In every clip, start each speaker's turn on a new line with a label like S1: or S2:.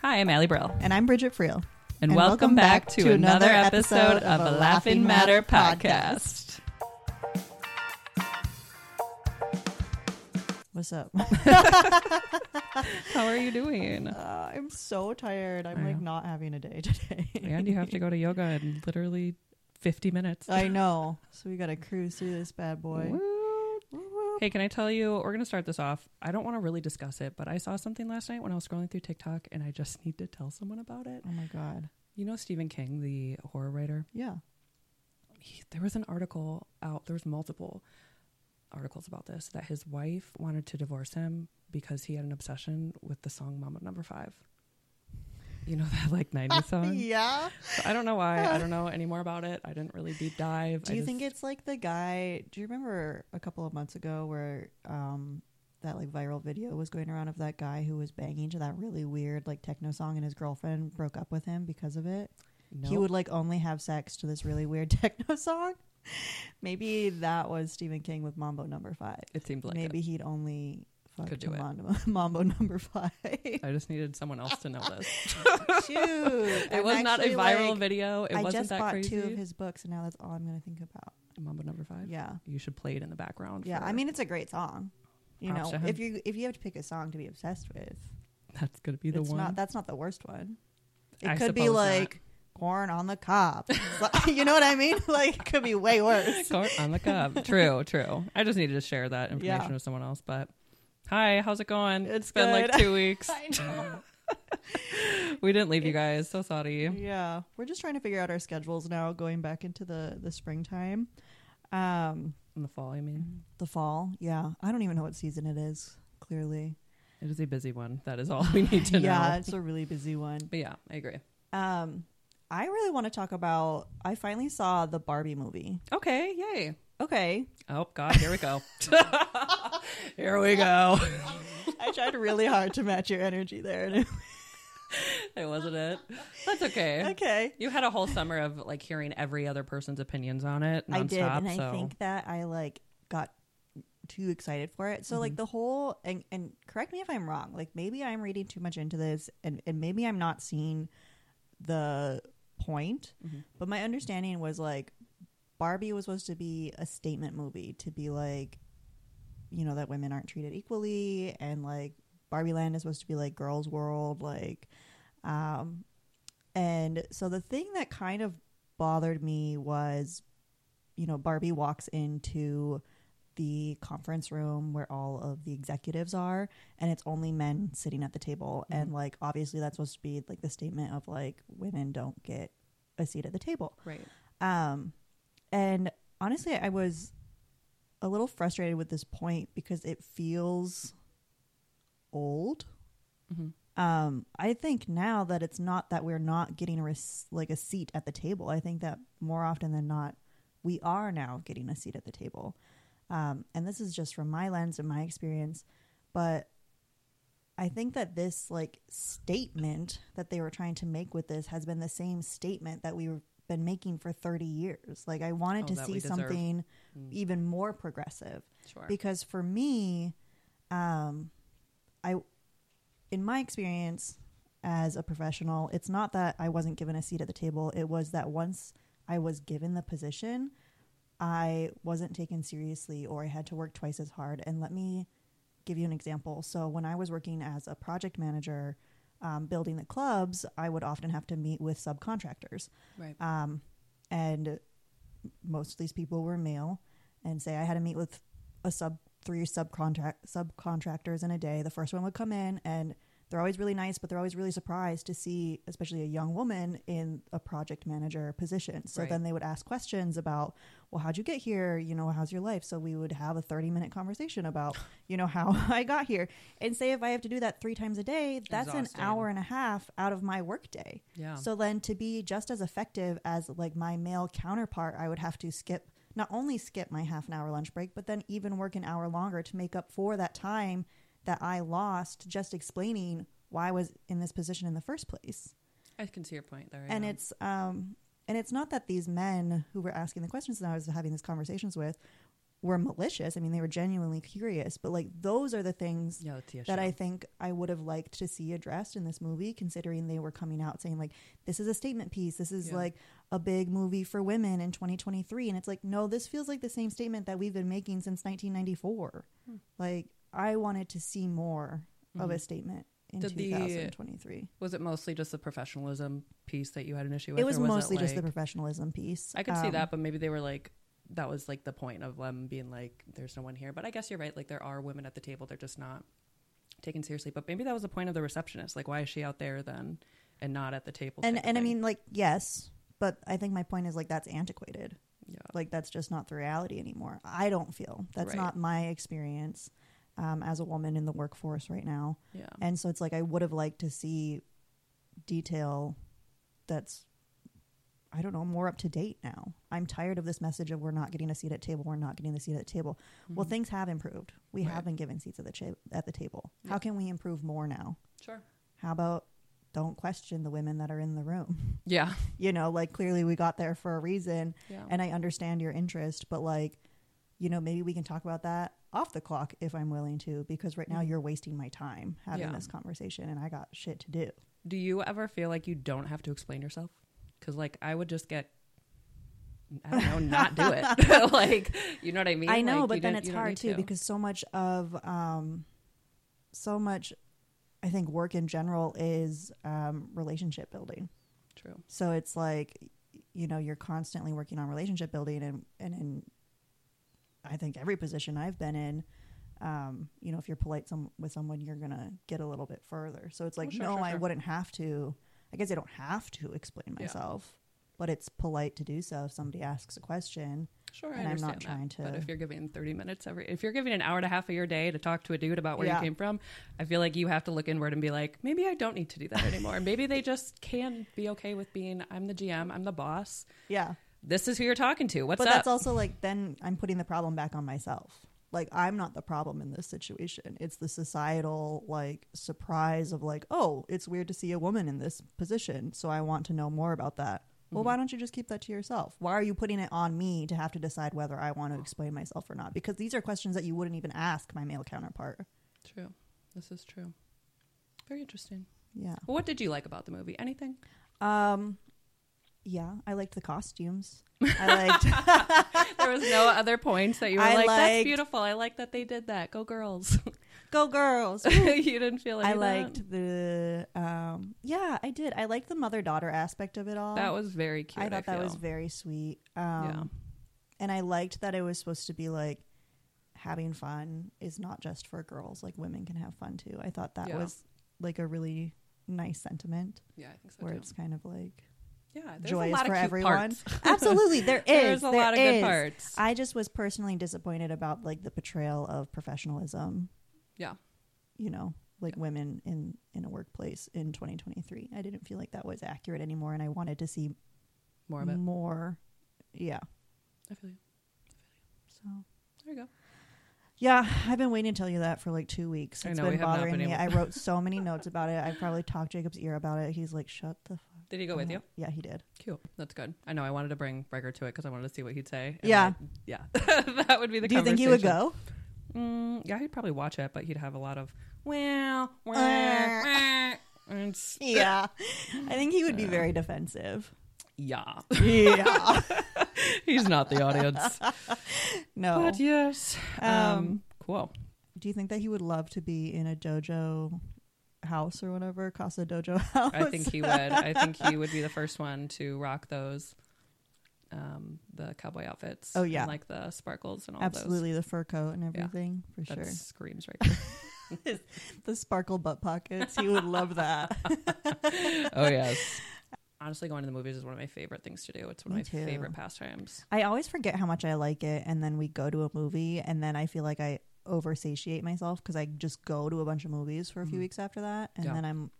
S1: Hi, I'm Allie Brill,
S2: And I'm Bridget Friel.
S1: and, welcome, back, to, another episode of a Laughing Matter podcast.
S2: What's up?
S1: How are you doing?
S2: Uh, I'm so tired. I'm
S1: I
S2: like
S1: know.
S2: not having a day today.
S1: and you have to go to yoga in literally 50 minutes.
S2: I know. So we got to cruise through this bad boy.
S1: Woo. Hey, can I tell you? We're going to start this off. I don't want to really discuss it, but I saw something last night when I was scrolling through TikTok, and I just need to tell someone about it.
S2: Oh my god.
S1: You know Stephen King, the horror writer?
S2: Yeah.
S1: he, there was an article out there was multiple articles about this that his wife wanted to divorce him because he had an obsession with the song mama number five you know that like 90s song
S2: Yeah.
S1: So i don't know why i don't know any more about it i didn't really deep dive
S2: Do
S1: I
S2: you
S1: just-
S2: think it's like the guy? Do you remember a couple of months ago where um that like viral video was going around of that guy who was banging to that really weird like techno song and his girlfriend broke up with him because of it? He
S1: Nope.
S2: would like only have sex to this really weird techno song. Maybe that was Stephen King with Mambo Number Five.
S1: it seemed like
S2: Maybe he'd only fuck
S1: Could
S2: to
S1: do it.
S2: Mambo, Mambo Number Five. Shoot,
S1: it. i just needed someone else to know this it
S2: it
S1: was not a viral video it
S2: I
S1: wasn't
S2: just
S1: that
S2: bought
S1: crazy
S2: two of his books, and now that's all I'm going to think about.
S1: mama number five
S2: Yeah,
S1: you should play it in the background
S2: yeah.
S1: for-
S2: I mean, it's a great song. You
S1: Props
S2: know,
S1: to him.
S2: if you if you have to pick a song to be obsessed with,
S1: that's gonna be the
S2: it's
S1: one
S2: not that's not the worst one. It
S1: I
S2: could be
S1: suppose not.
S2: like corn on the cob. you know what I mean? Like it could be way worse.
S1: Cor- on the cup. True, true. I just needed to share that information
S2: Yeah.
S1: with someone else. But hi, how's it going?
S2: It's
S1: been like
S2: good.
S1: two weeks.
S2: I know.
S1: we didn't leave you guys. So sorry.
S2: Yeah, we're just trying to figure out our schedules now, going back into the the springtime, um,
S1: In the fall, I mean,
S2: the fall. Yeah, I don't even know what season it is. Clearly,
S1: it is a busy one. That is all we need to know.
S2: yeah, it's a really busy one.
S1: But yeah, I agree.
S2: Um, I really want to talk about. I finally saw the Barbie movie.
S1: Okay, yay.
S2: Okay,
S1: Oh God, here we go. here we go.
S2: I tried really hard to match your energy there.
S1: That wasn't it. That's okay.
S2: okay,
S1: You had a whole summer of like hearing every other person's opinions on it. Nonstop,
S2: I did, and
S1: so.
S2: I think that I like got too excited for it. So like
S1: Mm-hmm.
S2: the whole and and correct me if I'm wrong. Like maybe I'm reading too much into this, and and maybe I'm not seeing the point.
S1: Mm-hmm.
S2: But my understanding was like Barbie was supposed to be a statement movie to be like, you know, that women aren't treated equally, and like Barbie Land is supposed to be like girls' world, like, um, and so the thing that kind of bothered me was you know, Barbie walks into the conference room where all of the executives are, and it's only men sitting at the table. And like, obviously, that's supposed to be like the statement of like women don't get a seat at the table.
S1: right.
S2: Um, and honestly, I was a little frustrated with this point because it feels old.
S1: Mhm.
S2: Um, I think now that it's not that we're not getting a res- like a seat at the table. I think that more often than not, we are now getting a seat at the table. Um, and this is just from my lens and my experience, but I think that this like statement that they were trying to make with this has been the same statement that we've been making for 30 years. Like I wanted
S1: Oh,
S2: to
S1: that we
S2: see
S1: deserve. Mm.
S2: something even more progressive
S1: Sure.
S2: because for me um i in my experience as a professional it's not that i wasn't given a seat at the table it was that once i was given the position i wasn't taken seriously or i had to work twice as hard and let me give you an example so when i was working as a project manager um, building the clubs i would often have to meet with subcontractors
S1: right.
S2: um, and most of these people were male and say i had to meet with a sub three subcontract subcontractors in a day the first one would come in and they're always really nice but they're always really surprised to see especially a young woman in a project manager position so
S1: Right.
S2: then they would ask questions about well how'd you get here you know how's your life so we would have a 30 minute conversation about you know how i got here and say if i have to do that three times a day that's
S1: Exhausting.
S2: an hour and a half out of my workday
S1: yeah.
S2: so then to be just as effective as like my male counterpart, I would have to skip not only skip my half an hour lunch break, but then even work an hour longer to make up for that time that I lost just explaining why I was in this position in the first place.
S1: I can see your point there.
S2: And
S1: yeah.
S2: it's um and it's not that these men who were asking the questions that I was having these conversations with were malicious. I mean, they were genuinely curious, but like those are the things
S1: Yeah, that's the issue.
S2: that I think I would have liked to see addressed in this movie, considering they were coming out saying like this is a statement piece, this is
S1: Yeah.
S2: like a big movie for women in 2023, and it's like no, this feels like the same statement that we've been making since 1994.
S1: Hmm.
S2: Like I wanted to see more of a
S1: Mhm.
S2: statement in
S1: Did the-
S2: 2023.
S1: was it mostly just the professionalism piece that you had an issue with?
S2: it was,
S1: or was
S2: mostly just the
S1: like-
S2: professionalism piece.
S1: I could see
S2: Um,
S1: that, but maybe they were like, that was like the point of them being like, there's no one here. But I guess you're right. Like, there are women at the table. They're just not taken seriously. But maybe that was the point of the receptionist. Like, why is she out there then and not at the table?
S2: and
S1: type of
S2: and I
S1: thing?
S2: mean like yes, but I think my point is like that's antiquated.
S1: yeah.
S2: like that's just not the reality anymore i don't feel that's
S1: Right.
S2: not my experience um, as a woman in the workforce right now
S1: yeah.
S2: and so it's like i would have liked to see detail that's i don't know more up to date now i'm tired of this message of we're not getting a seat at table we're not getting the seat at the table well
S1: Mhm.
S2: things have improved we
S1: Right.
S2: have been given seats at the, cha- at the table how
S1: Yeah.
S2: can we improve more now
S1: Mm-hmm. Sure.
S2: how about don't question the women that are in the room
S1: Yeah.
S2: you know like clearly we got there for a reason
S1: Yeah.
S2: and I understand your interest, but like, you know, maybe we can talk about that off the clock if I'm willing to, because right now
S1: Mhm.
S2: you're wasting my time having
S1: Yeah.
S2: this conversation and I got shit to do.
S1: Do you ever feel like you don't have to explain yourself? Because, like, I would just get. I don't know, not do it. like, you know what I mean?
S2: I know,
S1: Like,
S2: but
S1: you
S2: then
S1: don't-
S2: it's
S1: you don't
S2: hard
S1: need
S2: too,
S1: to.
S2: because so much of, um, so much, I think work in general is um, relationship building.
S1: True.
S2: So it's like, you know, you're constantly working on relationship building and, and in, I think every position I've been in, um, you know, if you're polite some, with someone, you're going to get a little bit further. So it's like,
S1: Oh, sure,
S2: no,
S1: sure,
S2: I
S1: sure.
S2: wouldn't have to, I guess I don't have to explain
S1: Yeah.
S2: myself, but it's polite to do so. If somebody asks a question,
S1: Sure, I
S2: And I'm
S1: understand
S2: not
S1: that.
S2: trying
S1: But
S2: to-
S1: if you're giving 30 minutes every, if you're giving an hour and a half of your day to talk to a dude about where
S2: Yeah.
S1: you came from, I feel like you have to look inward and be like, maybe I don't need to do that anymore. maybe they just can be okay with being, I'm the GM, I'm the boss.
S2: yeah.
S1: This is who you're talking to. What's
S2: but
S1: up?
S2: that's also like, then I'm putting the problem back on myself. Like, I'm not the problem in this situation. It's the societal, like, surprise of, like, oh, it's weird to see a woman in this position. So I want to know more about that. Well,
S1: Mm-hmm.
S2: why don't you just keep that to yourself? Why are you putting it on me to have to decide whether I want to explain myself or not? Because these are questions that you wouldn't even ask my male counterpart.
S1: true. This is true. Very interesting.
S2: Yeah.
S1: Well, what did you like about the movie? Anything?
S2: Um, yeah, I liked the costumes. I liked
S1: There was no other points that you were
S2: I
S1: like,
S2: liked-
S1: that's beautiful. I like that they did that. Go girls.
S2: Go Girls.
S1: you didn't feel any
S2: I
S1: of that?
S2: liked the um yeah, I did. I liked the mother daughter aspect of it all.
S1: That was very cute.
S2: I thought that was
S1: feel.
S2: very sweet. Um
S1: yeah.
S2: and I liked that it was supposed to be like having fun is not just for girls, like women can have fun too. I thought that
S1: Yeah.
S2: was like a really nice sentiment
S1: Yeah, I think so.
S2: where
S1: too.
S2: it's kind of like
S1: Yeah, there's
S2: joyous
S1: a lot
S2: for
S1: of cute
S2: everyone.
S1: Parts.
S2: Absolutely, there is.
S1: there's a
S2: there
S1: lot of good
S2: is.
S1: parts.
S2: I just was personally disappointed about like the portrayal of professionalism.
S1: Yeah.
S2: You know, like
S1: Yeah.
S2: women in in a workplace in 2023. I didn't feel like that was accurate anymore and I wanted to see
S1: More of it.
S2: more. Yeah.
S1: I feel you.
S2: So
S1: There you go.
S2: yeah, I've been waiting to tell you that for like two weeks.
S1: I
S2: It's
S1: know, we
S2: been
S1: have not
S2: bothering
S1: been
S2: me.
S1: able-
S2: I wrote so many notes about it. I probably talked Jacob's ear about it. He's like, "Shut the fuck."
S1: Did he go with
S2: up."
S1: you?
S2: Yeah, he did.
S1: Cute. Uh-huh. That's good. I know. I wanted to bring Breger to it because I wanted to see what he'd say. and
S2: Yeah.
S1: I- yeah. that would be the.
S2: Do you think he would
S1: conversation.
S2: go?
S1: Mm, yeah, he'd probably watch it, but he'd have a lot of well,
S2: Uh.
S1: yeah,
S2: Yeah, I think he would be
S1: Yeah.
S2: very defensive.
S1: yeah.
S2: Yeah,
S1: He's not the audience,
S2: no.
S1: but yes. Um,
S2: Um,
S1: cool.
S2: Do you think that he would love to be in a dojo house or whatever, Casa Dojo house?
S1: I think he would. I think he would be the first one to rock those, um, the cowboy outfits.
S2: Oh,
S1: and,
S2: yeah.
S1: like the sparkles and all those.
S2: Absolutely, the fur coat and everything for
S1: That
S2: sure.
S1: screams right there.
S2: The sparkle butt pockets. He would love that.
S1: oh yes. Honestly, going to the movies is one of my favorite things to do. It's one
S2: Me
S1: of my
S2: too.
S1: favorite pastimes.
S2: I always forget how much I like it, and then we go to a movie, and then I feel like I over satiate myself because I just go to a bunch of movies for a few
S1: Mhm.
S2: weeks after that, and
S1: Yeah.
S2: then I'm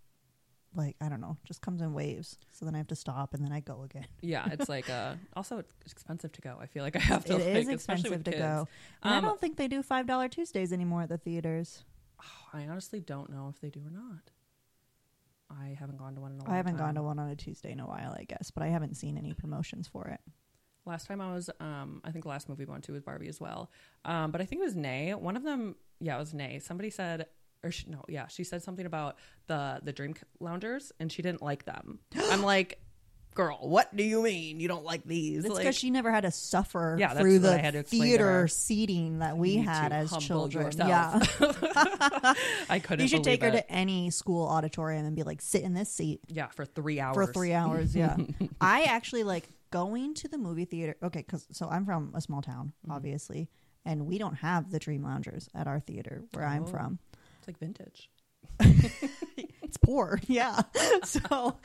S2: like, I don't know, just comes in waves. So then I have to stop, and then I go again.
S1: Yeah, it's like uh also it's expensive to go. I feel like I have to.
S2: It is
S1: like, especially
S2: expensive
S1: with
S2: to
S1: kids.
S2: go. And
S1: Um,
S2: I don't think they do five dollar Tuesdays anymore at the theaters.
S1: I honestly don't know if they do or not. I haven't gone to one in a long time.
S2: I haven't gone to one on a Tuesday in a while, I guess, but I haven't seen any promotions for it.
S1: Last time I was, um, I think the last movie we went to was Barbie as well. Um, but I think it was Nay. One of them, yeah, it was Nay. Somebody said, or she, no, yeah, she said something about the the dream loungers, and she didn't like them. I'm like, girl, what do you mean you don't like these?
S2: It's because
S1: Like,
S2: she never had to suffer
S1: Yeah, that's
S2: through
S1: what
S2: the
S1: I had to explain to her.
S2: theater seating that we
S1: you need
S2: had
S1: to
S2: as
S1: humble
S2: children.
S1: yourself.
S2: Yeah,
S1: I couldn't.
S2: you should
S1: believe
S2: take her
S1: it.
S2: to any school auditorium and be like, sit in this seat
S1: yeah for three hours.
S2: for three hours. Yeah, I actually like going to the movie theater. Okay, because so I'm from a small town,
S1: Mm-hmm.
S2: obviously, and we don't have the Dream Loungers at our theater where I'm
S1: Oh.
S2: from.
S1: It's like vintage.
S2: It's poor, yeah. so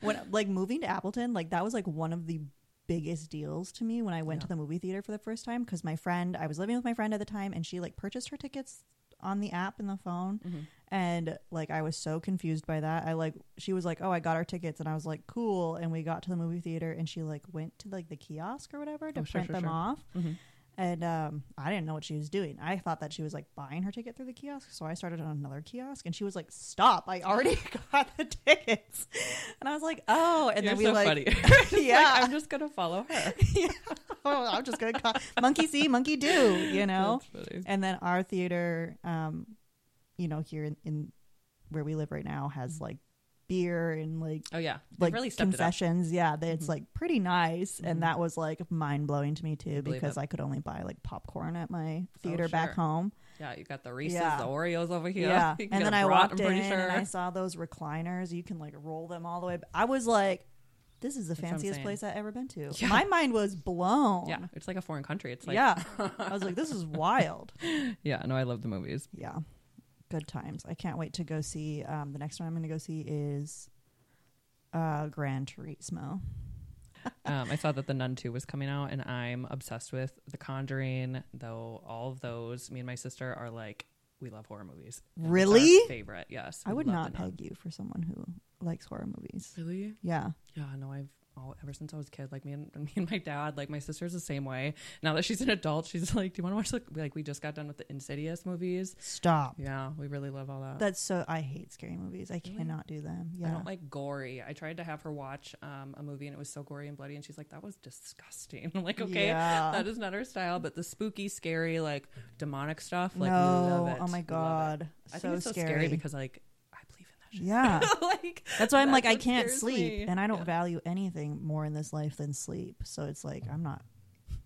S2: when like moving to Appleton, like that was like one of the biggest deals to me when I went
S1: Yeah.
S2: to the movie theater for the first time because my friend, I was living with my friend at the time, and she like purchased her tickets on the app in the phone.
S1: Mm-hmm.
S2: And like I was so confused by that. I like she was like, "Oh, I got our tickets." And I was like, "Cool." And we got to the movie theater and she like went to like the kiosk or whatever to
S1: Oh, sure,
S2: print
S1: sure,
S2: them
S1: sure.
S2: off. And um, I didn't know what she was doing. I thought that she was like buying her ticket through the kiosk. So I started on another kiosk and she was like, "Stop. I already got the tickets." And I was like, "Oh." And
S1: You're
S2: then we
S1: so
S2: like
S1: funny.
S2: Yeah.
S1: Like, I'm just gonna follow her.
S2: oh, I'm just going to monkey see, monkey do, you know.
S1: That's funny.
S2: and then our theater um you know here in, in where we live right now has like beer and like
S1: Oh yeah, They've
S2: like
S1: really stepped it up. Mm-hmm.
S2: concessions yeah that it's like pretty nice and that was like mind-blowing to me too
S1: believe
S2: because
S1: it. Oh,
S2: i could only buy like popcorn at my theater
S1: sure.
S2: back home
S1: Yeah, you got the Reese's,
S2: Yeah.
S1: the Oreos over here.
S2: yeah
S1: You can get
S2: and then
S1: a
S2: i
S1: brat,
S2: walked
S1: I'm
S2: in
S1: pretty sure.
S2: and i saw those recliners you can like roll them all the way b- i was like this is the
S1: what I'm
S2: fanciest
S1: saying.
S2: place i ever been to
S1: Yeah.
S2: my mind was blown
S1: yeah, it's like a foreign country. It's like yeah,
S2: yeah i was like this is wild
S1: yeah. No, I love the movies.
S2: yeah good times i can't wait to go see um, the next one i'm going to go see is uh gran turismo
S1: Um, I saw that the Nun Two was coming out, and I'm obsessed with The Conjuring. Though all of those, me and my sister are like, we love horror movies. It's our
S2: Really?
S1: favorite? Yes.
S2: i
S1: we
S2: would
S1: love
S2: not
S1: The Nun.
S2: peg you for someone who likes horror movies
S1: Really?
S2: yeah
S1: Yeah, no, I've all ever since I was a kid, like me and me and my dad, like my sister's the same way. Now that she's an adult, she's like, Do you want to watch the like we just got done with the Insidious movies?
S2: stop
S1: Yeah, we really love all that.
S2: that's so i hate scary movies i
S1: Really?
S2: cannot do them
S1: I
S2: yeah
S1: don't like gory. I tried to have her watch um, a movie and it was so gory and bloody, and she's like, "That was disgusting." I'm like, "Okay,
S2: Yeah.
S1: that is not her style." But the spooky, scary, like demonic stuff, like
S2: no
S1: we love it.
S2: oh my
S1: We love it.
S2: god
S1: I
S2: so,
S1: think it's so scary.
S2: scary
S1: because like I believe in
S2: yeah
S1: that. shit. like
S2: that's why i'm like
S1: That's
S2: i
S1: what
S2: can't
S1: scares
S2: sleep
S1: me.
S2: and i don't
S1: Yeah.
S2: value anything more in this life than sleep so it's like i'm not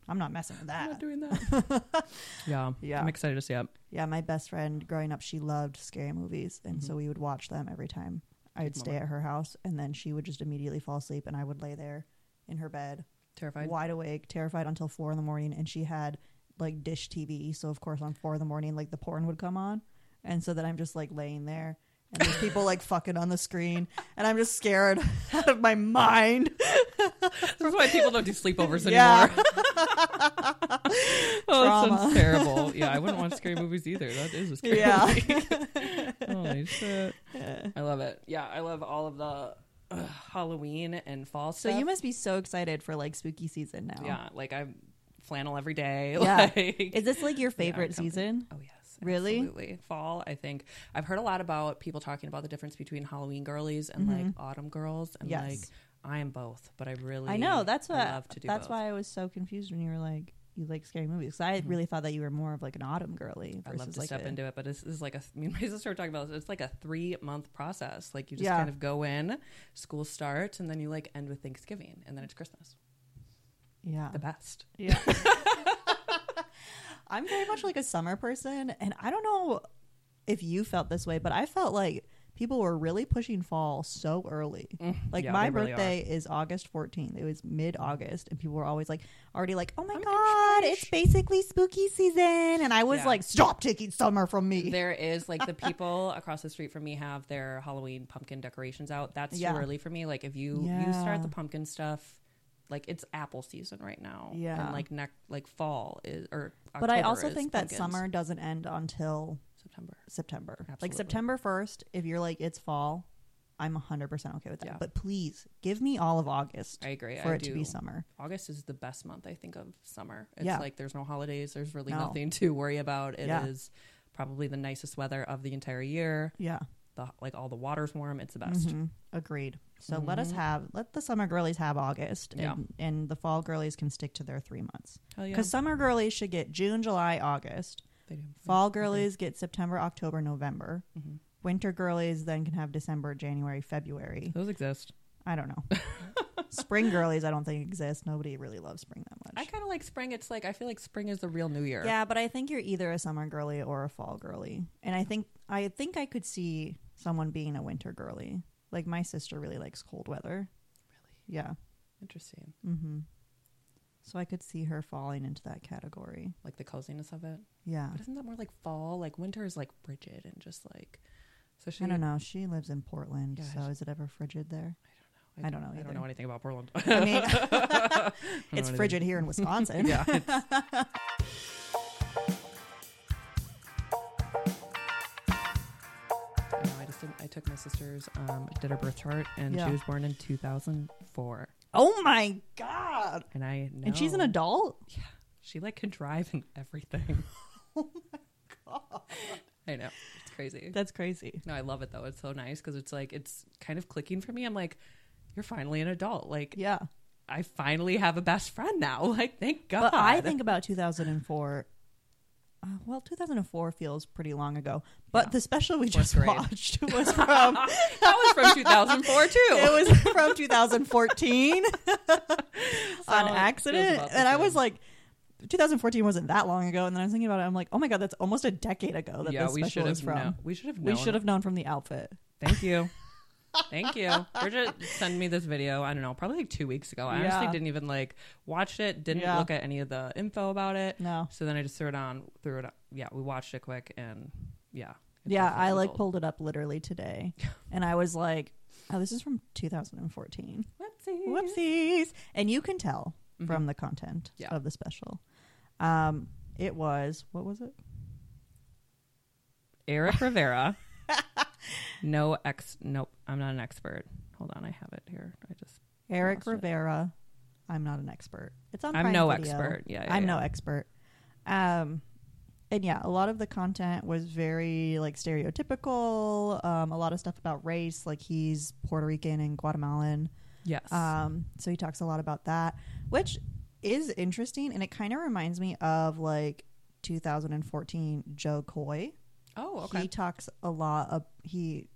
S2: i'm not messing with
S1: I'm
S2: that
S1: not doing that. yeah,
S2: Yeah.
S1: I'm excited to see it.
S2: Yeah, my best friend growing up, she loved scary movies, and so we would watch them every time. I'd stay
S1: Mm-hmm. Mama.
S2: at her house, and then she would just immediately fall asleep, and I would lay there in her bed,
S1: Terrified.
S2: wide awake, terrified until four in the morning. And she had like Dish TV, so of course on four in the morning, like the porn would come on, and so then I'm just like laying there. And there's people like fucking on the screen, and I'm just scared out of my mind.
S1: This is why people don't do sleepovers
S2: Yeah.
S1: anymore. oh, that
S2: Trauma.
S1: sounds terrible. Yeah, I wouldn't watch scary movies either. That is a scary
S2: Yeah.
S1: movie. Holy shit. I love it. Yeah, I love all of the uh, Halloween and fall
S2: So
S1: stuff.
S2: you must be so excited for like spooky season now.
S1: Yeah, like I flannel every day.
S2: Yeah.
S1: Like,
S2: Is this like your
S1: Yeah, I'm
S2: favorite
S1: coming.
S2: season?
S1: Oh yes,
S2: Really?
S1: absolutely. Fall. I think I've heard a lot about people talking about the difference between Halloween girlies and like autumn girls, and
S2: Mm-hmm. Yes.
S1: like I am both, but I really
S2: I know that's
S1: I
S2: what
S1: love to do.
S2: that's
S1: both. Mm-hmm.
S2: why I was so confused when you were like you like scary movies 'Cause I really thought that you were more of like an autumn girly.
S1: I love
S2: versus,
S1: to
S2: like
S1: step
S2: a-
S1: into it, but this is like a. Me and my sister were talking about this. It's like a three month process. Like you just
S2: Yeah.
S1: kind of go in, school starts, and then you like end with Thanksgiving, and then it's Christmas.
S2: yeah
S1: The
S2: Oh.
S1: best.
S2: yeah. I'm very much like a summer person, and I don't know if you felt this way, but I felt like people were really pushing fall so early. Like
S1: Mm, Yeah,
S2: my
S1: they really are.
S2: birthday is August 14th. It was mid August, and people were always like, already like, oh my
S1: I'm
S2: god,
S1: Irish.
S2: it's basically spooky season, and I was
S1: Yeah.
S2: like, stop taking summer from me.
S1: There is like the people across the street from me have their Halloween pumpkin decorations out. That's
S2: Yeah.
S1: too early for me. Like if you you
S2: Yeah.
S1: start the pumpkin stuff, like it's apple season right now.
S2: Yeah.
S1: and like neck like fall is or. October
S2: but I also
S1: is
S2: think that
S1: pumpkins.
S2: summer doesn't end until
S1: September.
S2: September. Like
S1: Absolutely.
S2: September 1st, if you're like, it's fall, I'm 100% okay with that.
S1: Yeah.
S2: But please give me all of August
S1: I agree.
S2: for
S1: I
S2: it
S1: do.
S2: to be summer.
S1: August is the best month I think of summer. It's
S2: Yeah.
S1: like there's no holidays, there's really
S2: No.
S1: nothing to worry about. It is
S2: Yeah.
S1: probably the nicest weather of the entire year.
S2: Yeah.
S1: the like all the water's warm. It's the best. Mm-hmm.
S2: Mhm. Agreed. So let us have let the summer girlies have August, and,
S1: Yeah.
S2: and the fall girlies can stick to their three months.
S1: Hell yeah,
S2: Because summer girlies should get June, July, August.
S1: they do.
S2: Fall girlies get September, October, November.
S1: Mhm.
S2: Winter girlies then can have December, January, February.
S1: Those exist.
S2: I don't know. spring girlies, I don't think exist. Nobody really loves spring that much.
S1: I kind of like spring. It's like I feel like spring is the real New Year.
S2: Yeah, but I think you're either a summer girly or a fall girly. And I think I think I could see someone being a winter girly. Like my sister really likes cold weather.
S1: Really
S2: Yeah.
S1: interesting.
S2: Mhm. So I could see her falling into that category.
S1: Like the coziness of it.
S2: Yeah.
S1: But isn't that more like fall? Like winter is like frigid and just like. So she.
S2: I don't know. She lives in Portland,
S1: Yeah,
S2: so is it ever frigid there? I don't know
S1: I don't
S2: either.
S1: know anything about Portland.
S2: I mean,
S1: know
S2: it's
S1: anything.
S2: frigid here in Wisconsin.
S1: yeah. it's- I know, I just didn't- I took my sister's um, did her birth chart and
S2: Yeah.
S1: she was born in 2004
S2: Oh my god!
S1: and I know
S2: And she's an adult.
S1: she like can drive and everything
S2: Oh God.
S1: I know it's crazy
S2: That's crazy.
S1: no I love it though it's so nice because it's like it's kind of clicking for me I'm like you're finally an adult like
S2: Yeah.
S1: I finally have a best friend now like thank God
S2: But I think about 2004. Uh, well, 2004 feels pretty long ago. But
S1: Yeah.
S2: the special we
S1: Fourth
S2: just
S1: grade.
S2: watched was from
S1: that was from 2004 too
S2: it was from 2014 on
S1: feels
S2: accident,
S1: about the
S2: and I was
S1: same.
S2: like. 2014 wasn't that long ago, and then I was thinking about it. I'm like, oh my god, that's almost a decade ago Oh, that
S1: yeah
S2: this
S1: we should
S2: special is
S1: have
S2: from.
S1: known we should have
S2: We
S1: known
S2: should have known from the outfit.
S1: Thank you. Thank you. Bridget sent me this video, I don't know, probably like two weeks ago. I
S2: Yeah.
S1: honestly didn't even like watch it, didn't
S2: Yeah.
S1: look at any of the info about it.
S2: No,
S1: So then I just threw it on, threw it up. Yeah, we watched it quick and yeah. it's
S2: yeah,
S1: definitely
S2: I like
S1: gold.
S2: pulled it up literally today, and I was like, oh, this is from 2014.
S1: Whoopsie.
S2: Whoopsies. And you can tell
S1: Mhm.
S2: from the content
S1: Yeah.
S2: of the special. Um, it was, what was it?
S1: Eric Rivera. no ex. Nope, I'm not an expert. Hold on, I have it here. I just.
S2: Eric
S1: lost it.
S2: Rivera. I'm not an expert. It's on
S1: I'm
S2: Prime
S1: no
S2: Video.
S1: expert. Yeah, yeah
S2: I'm
S1: yeah.
S2: no expert. Um, and yeah, a lot of the content was very like stereotypical. Um, a lot of stuff about race, like he's Puerto Rican and Guatemalan.
S1: Yes.
S2: Um, so he talks a lot about that, which is interesting, and it kind of reminds me of like 2014 Joe Coy.
S1: oh, okay.
S2: He talks a lot. Of, he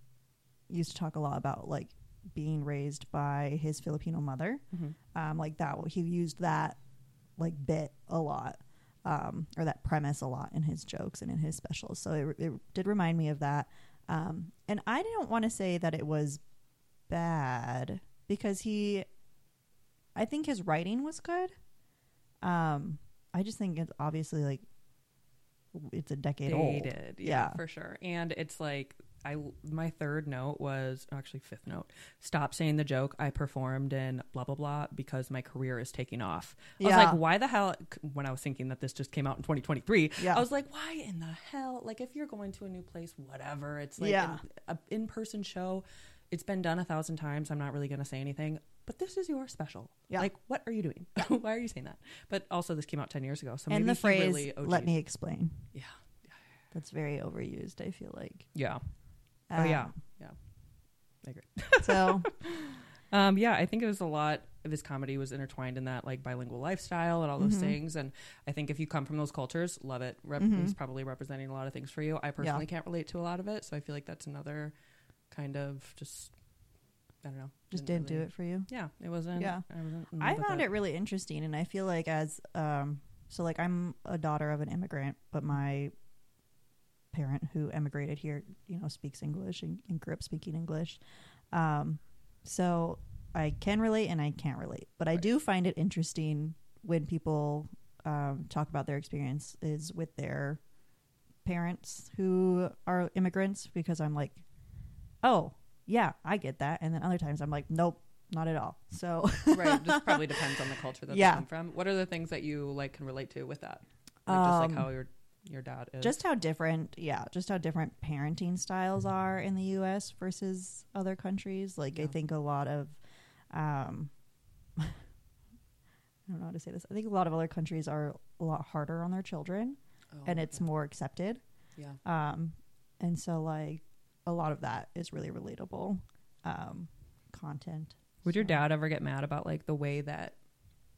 S2: used to talk a lot about like being raised by his Filipino mother.
S1: Mhm.
S2: Um, like that, he used that like bit a lot, um, or that premise a lot in his jokes and in his specials. So it, it did remind me of that. Um, and I didn't want to say that it was bad because he, I think his writing was good. Um, I just think it's obviously like it's a decade old.
S1: dated. Yeah,
S2: Yeah.
S1: for sure. And it's like I my third note was oh, actually fifth note. Stop saying the joke I performed in blah blah blah because my career is taking off. I was
S2: Yeah.
S1: like, why the hell? When I was thinking that this just came out in 2023,
S2: Yeah.
S1: I was like, why in the hell? Like, if you're going to a new place, whatever. It's like
S2: Yeah.
S1: an, a in person show. It's been done a thousand times. I'm not really going to say anything. But this is your special.
S2: Yeah.
S1: Like, what are you doing? Why are you saying that? But also, this came out ten years ago, so
S2: and
S1: maybe
S2: the
S1: he
S2: phrase
S1: really
S2: "let
S1: OG'd.
S2: me explain"
S1: Yeah.
S2: that's very overused. I feel like.
S1: Yeah. Oh
S2: Um,
S1: yeah, yeah, I agree.
S2: so
S1: Um, yeah, I think it was a lot of his comedy was intertwined in that like bilingual lifestyle and all those
S2: Mhm.
S1: things. And I think if you come from those cultures, love it. Rep-
S2: Mhm.
S1: He's probably representing a lot of things for you. I personally can't relate to a lot of it, so I feel like that's another kind of just I don't know.
S2: just didn't do
S1: really-
S2: it for you.
S1: Yeah, it wasn't.
S2: Yeah.
S1: I, wasn't in
S2: I
S1: love with
S2: found it really interesting, and I feel like as um, so like I'm a daughter of an immigrant, but my parent who emigrated here, you know, speaks English and, and grew up speaking English. Um, so I can relate and I can't relate, but I
S1: Right.
S2: do find it interesting when people um, talk about their experiences with their parents who are immigrants because I'm like, oh yeah, I get that, and then other times I'm like, nope, not at all. So.
S1: right. Just probably depends on the culture that
S2: Yeah.
S1: you come from. What are the things that you like can relate to with that? Like, just like
S2: Um,
S1: how your your dad is.
S2: just how different yeah just how different parenting styles are in the us versus other countries like i
S1: Mm-hmm. Yeah.
S2: think a lot of um i don't know how to say this i think a lot of other countries are a lot harder on their children
S1: Oh,
S2: and it's
S1: okay.
S2: more accepted
S1: yeah.
S2: um and so like a lot of that is really relatable um, content.
S1: Would your
S2: So-
S1: dad ever get mad about like the way that?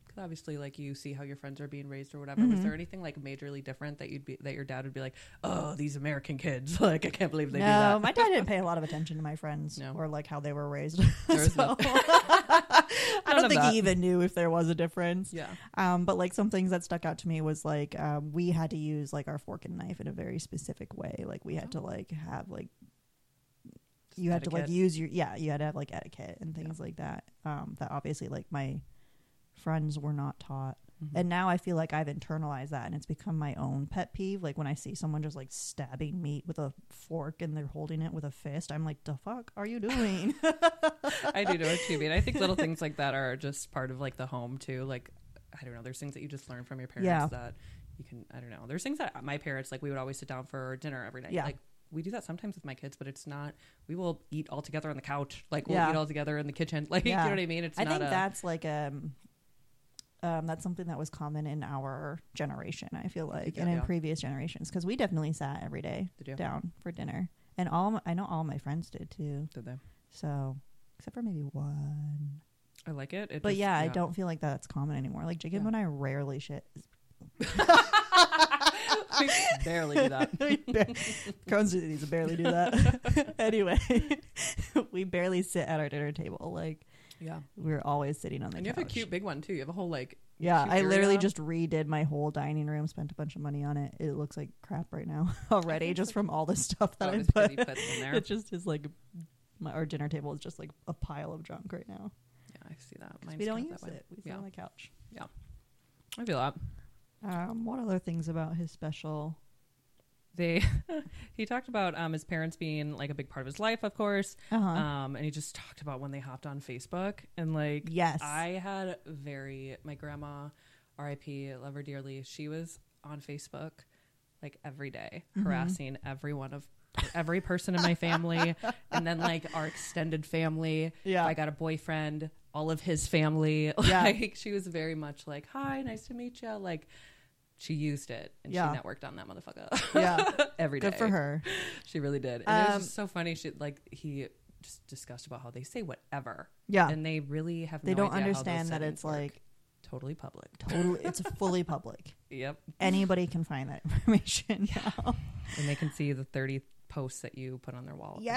S1: Because obviously, like you see how your friends are being raised or whatever. Was
S2: Mhm.
S1: there anything like majorly different that you'd be that your dad would be like, "Oh, these American kids! Like, I can't believe they do
S2: No,
S1: that."
S2: my dad didn't pay a lot of attention to my friends
S1: No.
S2: or like how they were raised.
S1: There was
S2: So-
S1: no-
S2: I
S1: None
S2: don't
S1: of
S2: think
S1: that.
S2: he even knew if there was a difference.
S1: yeah,
S2: Um, but like some things that stuck out to me was like um, we had to use like our fork and knife in a very specific way. Like we had to like have like you had to like
S1: etiquette.
S2: use your yeah you had to have like etiquette and things like that. Um, that obviously like my friends were not taught.
S1: Mhm.
S2: And now I feel like I've internalized that and it's become my own pet peeve. Like when I see someone just like stabbing meat with a fork and they're holding it with a fist, I'm like, the fuck are you doing?
S1: I do know what you mean. I think little things like that are just part of like the home too. Like, I don't know. There's things that you just learn from your parents
S2: Yeah.
S1: that you can. I don't know. There's things that my parents like. We would always sit down for dinner every night.
S2: Yeah.
S1: Like we do that sometimes with my kids, but it's not. We will eat all together on the couch. Like we'll
S2: Yeah.
S1: eat all together in the kitchen. Like
S2: Yeah.
S1: you know what I mean? It's
S2: I
S1: not
S2: think
S1: a,
S2: that's like um, um, that's something that was common in our generation. I feel like,
S1: Yeah,
S2: and in
S1: yeah.
S2: previous generations, because we definitely sat every day
S1: Did you?
S2: down for dinner, and all my, I know all my friends did too.
S1: Did they?
S2: So except for maybe one,
S1: I like it. it
S2: but
S1: just-
S2: yeah, I don't feel like that's common anymore. Like Jacob
S1: Yeah.
S2: and I rarely shit.
S1: We barely do that.
S2: Crohn's disease barely do that. anyway, we barely sit at our dinner table. Like
S1: Yeah,
S2: we're always sitting on the
S1: and you
S2: couch.
S1: have a cute big one too. You have a whole like
S2: Yeah,
S1: cute
S2: I literally
S1: area.
S2: just redid my whole dining room, spent a bunch of money on it. It looks like crap right now already,
S1: think
S2: just
S1: so.
S2: from all the stuff that
S1: oh,
S2: I
S1: it's pretty
S2: put.
S1: put in there.
S2: It just is like my our dinner table is just like a pile of junk right now.
S1: yeah, I see that.
S2: 'Cause
S1: Mine's
S2: We don't
S1: kind of
S2: use
S1: that way.
S2: it. We sit
S1: Yeah.
S2: on the couch.
S1: I feel that.
S2: Um, what other things about his special?
S1: they he talked about um, his parents being like a big part of his life of course
S2: Uh-huh.
S1: um, and he just talked about when they hopped on facebook and like
S2: yes.
S1: i had very my grandma rip love her dearly she was on facebook like every day,
S2: Mm-hmm.
S1: harassing every one of every person in my family and then like our extended family
S2: Yeah.
S1: If i got a boyfriend all of his family
S2: Yeah.
S1: like she was very much like hi nice to meet you like she used it and
S2: Yeah.
S1: she networked on that motherfucker
S2: yeah.
S1: every day
S2: Good for her.
S1: she really did. And it
S2: Um,
S1: was just so funny. She like he just discussed about how they say whatever.
S2: Yeah.
S1: And they really have
S2: they
S1: no
S2: don't
S1: idea how those
S2: understand that
S1: settings
S2: it's
S1: work.
S2: like
S1: totally public.
S2: totally it's fully public.
S1: Yep.
S2: Anybody can find that information now.
S1: And they can see the 30 posts that you put on their wall every day.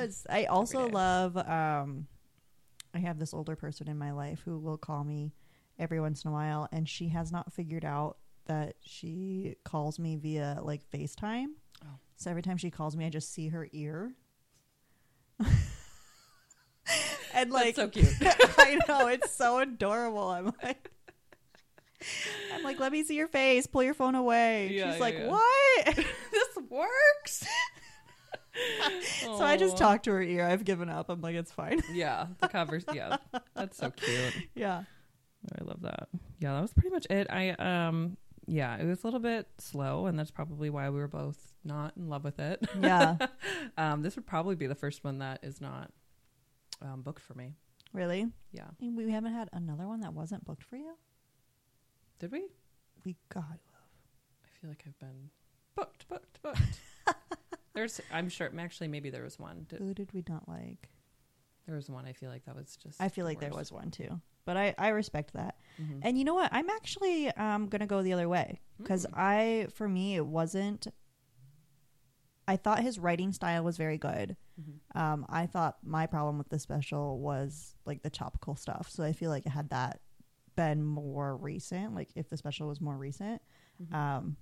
S2: Yes. I also
S1: day.
S2: love um I have this older person in my life who will call me every once in a while and she has not figured out that she calls me via like FaceTime.
S1: Oh.
S2: So every time she calls me I just see her ear. and like
S1: That's so cute.
S2: I know it's so adorable. I'm like I'm like let me see your face. Pull your phone away.
S1: Yeah,
S2: She's
S1: yeah,
S2: like,
S1: yeah.
S2: "What?"
S1: this works.
S2: So I just talked to her ear. I've given up. I'm like, it's fine.
S1: Yeah, the covers. Yeah, that's so cute.
S2: Yeah.
S1: I love that. Yeah, that was pretty much it. I um yeah, it was a little bit slow and that's probably why we were both not in love with it.
S2: Yeah.
S1: um this would probably be the first one that is not um booked for me.
S2: really?
S1: Yeah.
S2: We haven't had another one that wasn't booked for you?
S1: Did we? I
S2: We got
S1: feel like I've been booked, booked, booked. There's I'm sure actually maybe there was one. Did,
S2: Who did we not like?
S1: there was one I feel like that was just
S2: I feel
S1: the
S2: like there
S1: worst.
S2: was one too. But I, I respect that.
S1: Mhm.
S2: And you know what? I'm actually um, going to go the other way
S1: Mm-hmm.
S2: because I, for me, it wasn't. I thought his writing style was very good.
S1: Mhm.
S2: Um, I thought my problem with the special was like the topical stuff. So I feel like had that been more recent, like if the special was more recent,
S1: Mhm.
S2: um,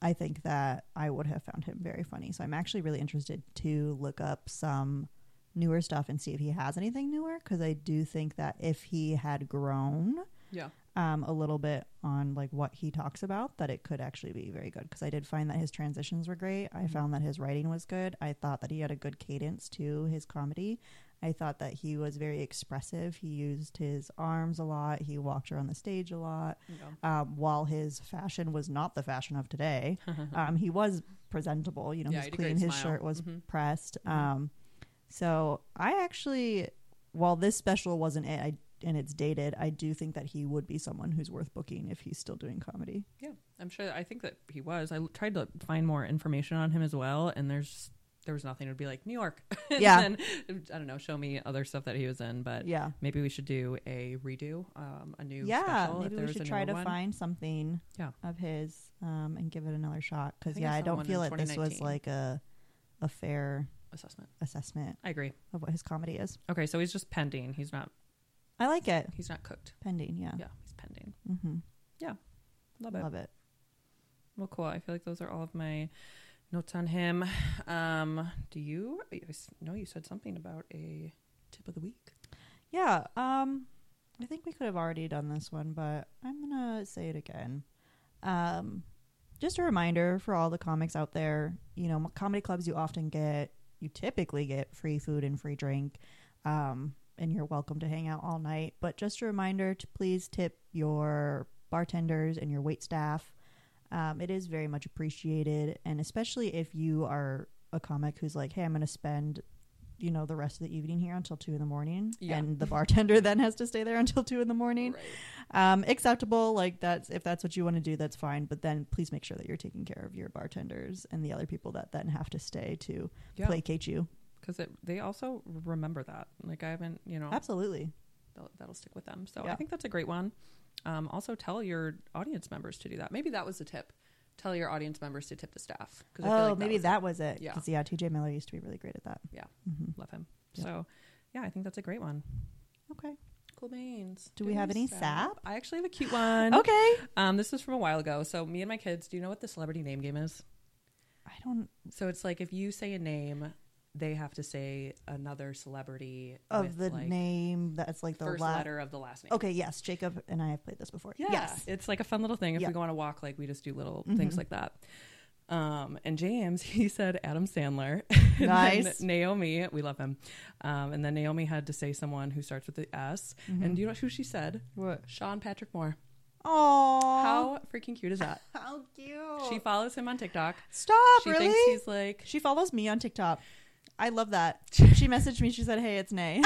S2: I think that I would have found him very funny. So I'm actually really interested to look up some newer stuff and see if he has anything newer because I do think that if he had grown
S1: Yeah.
S2: um, a little bit on like what he talks about that it could actually be very good because i did find that his transitions were great i
S1: Mhm.
S2: found that his writing was good i thought that he had a good cadence to his comedy i thought that he was very expressive he used his arms a lot he walked around the stage a lot
S1: Yeah.
S2: um, while his fashion was not the fashion of today um, he was presentable you know
S1: Yeah,
S2: he
S1: he
S2: was
S1: had a great
S2: clean his
S1: smile.
S2: shirt was
S1: Mhm.
S2: pressed
S1: Mhm.
S2: um, so i actually while this special wasn't it I, and it's dated i do think that he would be someone who's worth booking if he's still doing comedy
S1: Yeah, I'm sure. I think that he was. I l- tried to find more information on him as well, and there's there was nothing, it would be like New York. And
S2: Yeah.
S1: then, I don't know, show me other stuff that he was in, but
S2: yeah.
S1: maybe we should do a redo, um, a new
S2: Yeah,
S1: special.
S2: maybe
S1: there
S2: we
S1: is a
S2: should try
S1: newer
S2: to
S1: one.
S2: find something
S1: Yeah.
S2: of his um, and give it another shot. Because
S1: think
S2: yeah,
S1: I saw
S2: I
S1: one
S2: don't
S1: in
S2: feel that this was
S1: 2019.
S2: like a a fair
S1: assessment.
S2: assessment
S1: I agree.
S2: of what his comedy is.
S1: Okay, so he's just pending. He's not.
S2: I like it.
S1: He's not cooked.
S2: Pending, yeah.
S1: Yeah, he's pending.
S2: Mm-hmm.
S1: Love it.
S2: Love it.
S1: Well, cool. I feel like those are all of my notes on him. Um, do you? I s- know you said something about a tip of the week.
S2: Yeah. Um, I think we could have already done this one, but I'm gonna say it again. Um, just a reminder for all the comics out there. You know, m- comedy clubs. You often get, you typically get free food and free drink, um, and you're welcome to hang out all night. But just a reminder to please tip your bartenders and your wait staff. Um, it is very much appreciated, and especially if you are a comic who's like, "Hey, I'm going to spend you know the rest of the evening here until two in the morning
S1: Yeah.
S2: and the bartender then has to stay there until two in the morning
S1: Right.
S2: um acceptable like that's if that's what you want to do that's fine but then please make sure that you're taking care of your bartenders and the other people that then have to stay to
S1: Yeah,
S2: placate you
S1: because they also remember that. Like I haven't, you know,
S2: absolutely
S1: that'll, that'll stick with them. So I
S2: Yeah.
S1: think that's a great one. Um, also, tell your audience members to do that. Maybe that was the tip. Tell your audience members to tip the staff.
S2: oh maybe
S1: was
S2: that was it
S1: Yeah.
S2: 'Cause, yeah tj miller used to be really great at that
S1: Yeah.
S2: hmm
S1: Love him.
S2: Yeah.
S1: So, yeah, I think that's a great one.
S2: okay
S1: Cool beans.
S2: Do we have any sap?
S1: I actually have a cute one.
S2: okay
S1: Um, this is from a while ago. So, me and my kids. Do you know what the celebrity name game is?
S2: i don't
S1: So it's like if you say a name, they have to say another celebrity
S2: of
S1: with,
S2: the
S1: like,
S2: name that's like the
S1: first
S2: la-
S1: letter of the last name.
S2: okay yes jacob and i have played this before
S1: Yeah.
S2: yes
S1: It's like a fun little thing. If
S2: Yeah.
S1: we go on a walk, like we just do little things
S2: Mhm.
S1: like that. Um, and James, he said Adam Sandler. And then
S2: Nice.
S1: Naomi, we love him. Um, and then Naomi had to say someone who starts with the S.
S2: Mm-hmm.
S1: And do you know who she said?
S2: what
S1: Sean Patrick Moore.
S2: oh
S1: How freaking cute is that?
S2: how cute
S1: She follows him on TikTok.
S2: Oh. Stop,
S1: She
S2: really?
S1: thinks he's like,
S2: she follows me on TikTok. I love that. She messaged me. She said, "Hey, it's Nay."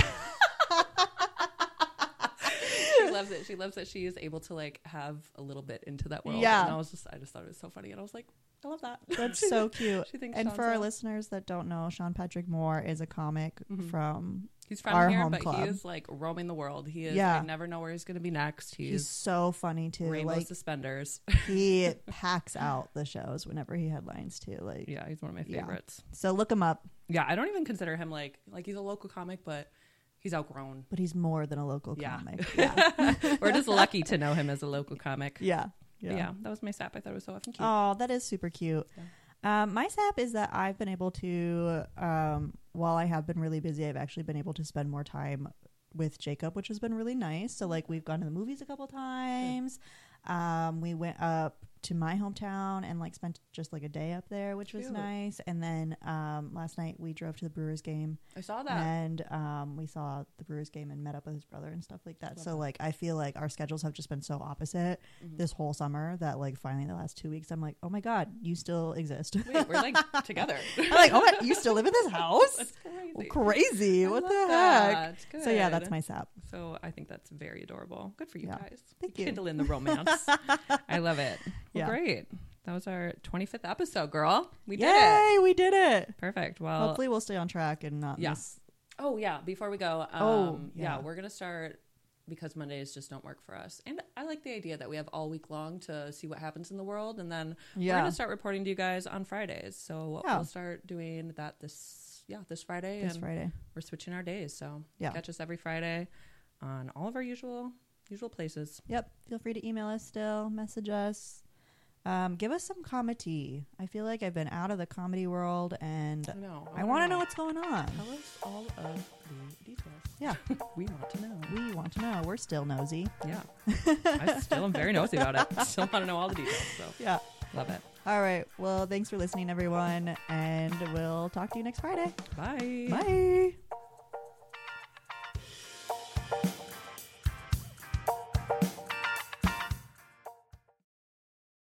S1: she loves it. She loves that she is able to like have a little bit into that world.
S2: Yeah.
S1: And I was just, I just thought it was so funny. And I was like, I love that.
S2: That's so cute.
S1: she thinks
S2: And
S1: Sean's
S2: for our
S1: a-
S2: listeners that don't know, Sean Patrick Moore is a comic
S1: Mhm.
S2: from.
S1: He's from
S2: our
S1: here,
S2: home
S1: but he
S2: club.
S1: is like roaming the world. He is.
S2: Yeah.
S1: I never know where he's going to be next.
S2: He's,
S1: He's,
S2: so funny too.
S1: rainbow
S2: Like
S1: suspenders.
S2: he packs out the shows whenever he headlines too. Like
S1: yeah, he's one of my
S2: Yeah.
S1: favorites.
S2: so, look him up.
S1: Yeah. I don't even consider him like like he's a local comic, but he's outgrown.
S2: But he's more than a local
S1: Yeah.
S2: comic. Yeah,
S1: We're just lucky to know him as a local comic.
S2: yeah,
S1: But Yeah. that was my sap. I thought it was so effing cute.
S2: Oh, that is super cute. Um, my sap is that I've been able to, um, while I have been really busy, I've actually been able to spend more time with Jacob, which has been really nice. So, like, we've gone to the movies a couple times. Um, we went up to my hometown and like spent just like a day up there, which was
S1: Cute.
S2: nice. And then um, last night we drove to the Brewers game
S1: I saw that.
S2: and um, we saw the Brewers game and met up with his brother and stuff like that.
S1: Love
S2: so, like, I feel like our schedules have just been so opposite
S1: Mhm.
S2: this whole summer that, like, finally the last two weeks, I'm like, oh my god, you still exist.
S1: Wait, we're like together.
S2: I'm like, oh my, you still live in this house?
S1: That's crazy.
S2: Well, crazy.
S1: I
S2: what the
S1: love
S2: heck?
S1: that. Good.
S2: So yeah, that's my sap.
S1: So I think that's very adorable. Good for you
S2: Yeah.
S1: guys.
S2: Thank you.
S1: Kindle in the romance. I love it. Well,
S2: Yeah.
S1: Great. That was our 25th episode, girl. We did it.
S2: Yay, we did it.
S1: Perfect. Well,
S2: Hopefully, we'll stay on track and not
S1: Yeah.
S2: miss.
S1: oh yeah. Before we go, um,
S2: Oh,
S1: yeah.
S2: yeah.
S1: we're gonna start because Mondays just don't work for us. And I like the idea that we have all week long to see what happens in the world, and then we're
S2: Yeah,
S1: gonna start reporting to you guys on Fridays. So
S2: Yeah.
S1: we'll start doing that this yeah this Friday,
S2: this
S1: and
S2: Friday.
S1: we're switching our days. So
S2: Yeah.
S1: catch us every Friday on all of our usual usual places.
S2: Yep. Feel free to email us still, message us. Um, give us some comedy. I feel like I've been out of the comedy world and
S1: I know. Oh
S2: I want to know what's going on.
S1: Tell us all of the details.
S2: Yeah.
S1: we want to know.
S2: We want to know. We're still nosy.
S1: Yeah. I still am very nosy about it. I still want to know all the details. So
S2: Yeah.
S1: love it.
S2: All right. Well, thanks for listening, everyone. And we'll talk to you next Friday.
S1: Bye.
S2: Bye.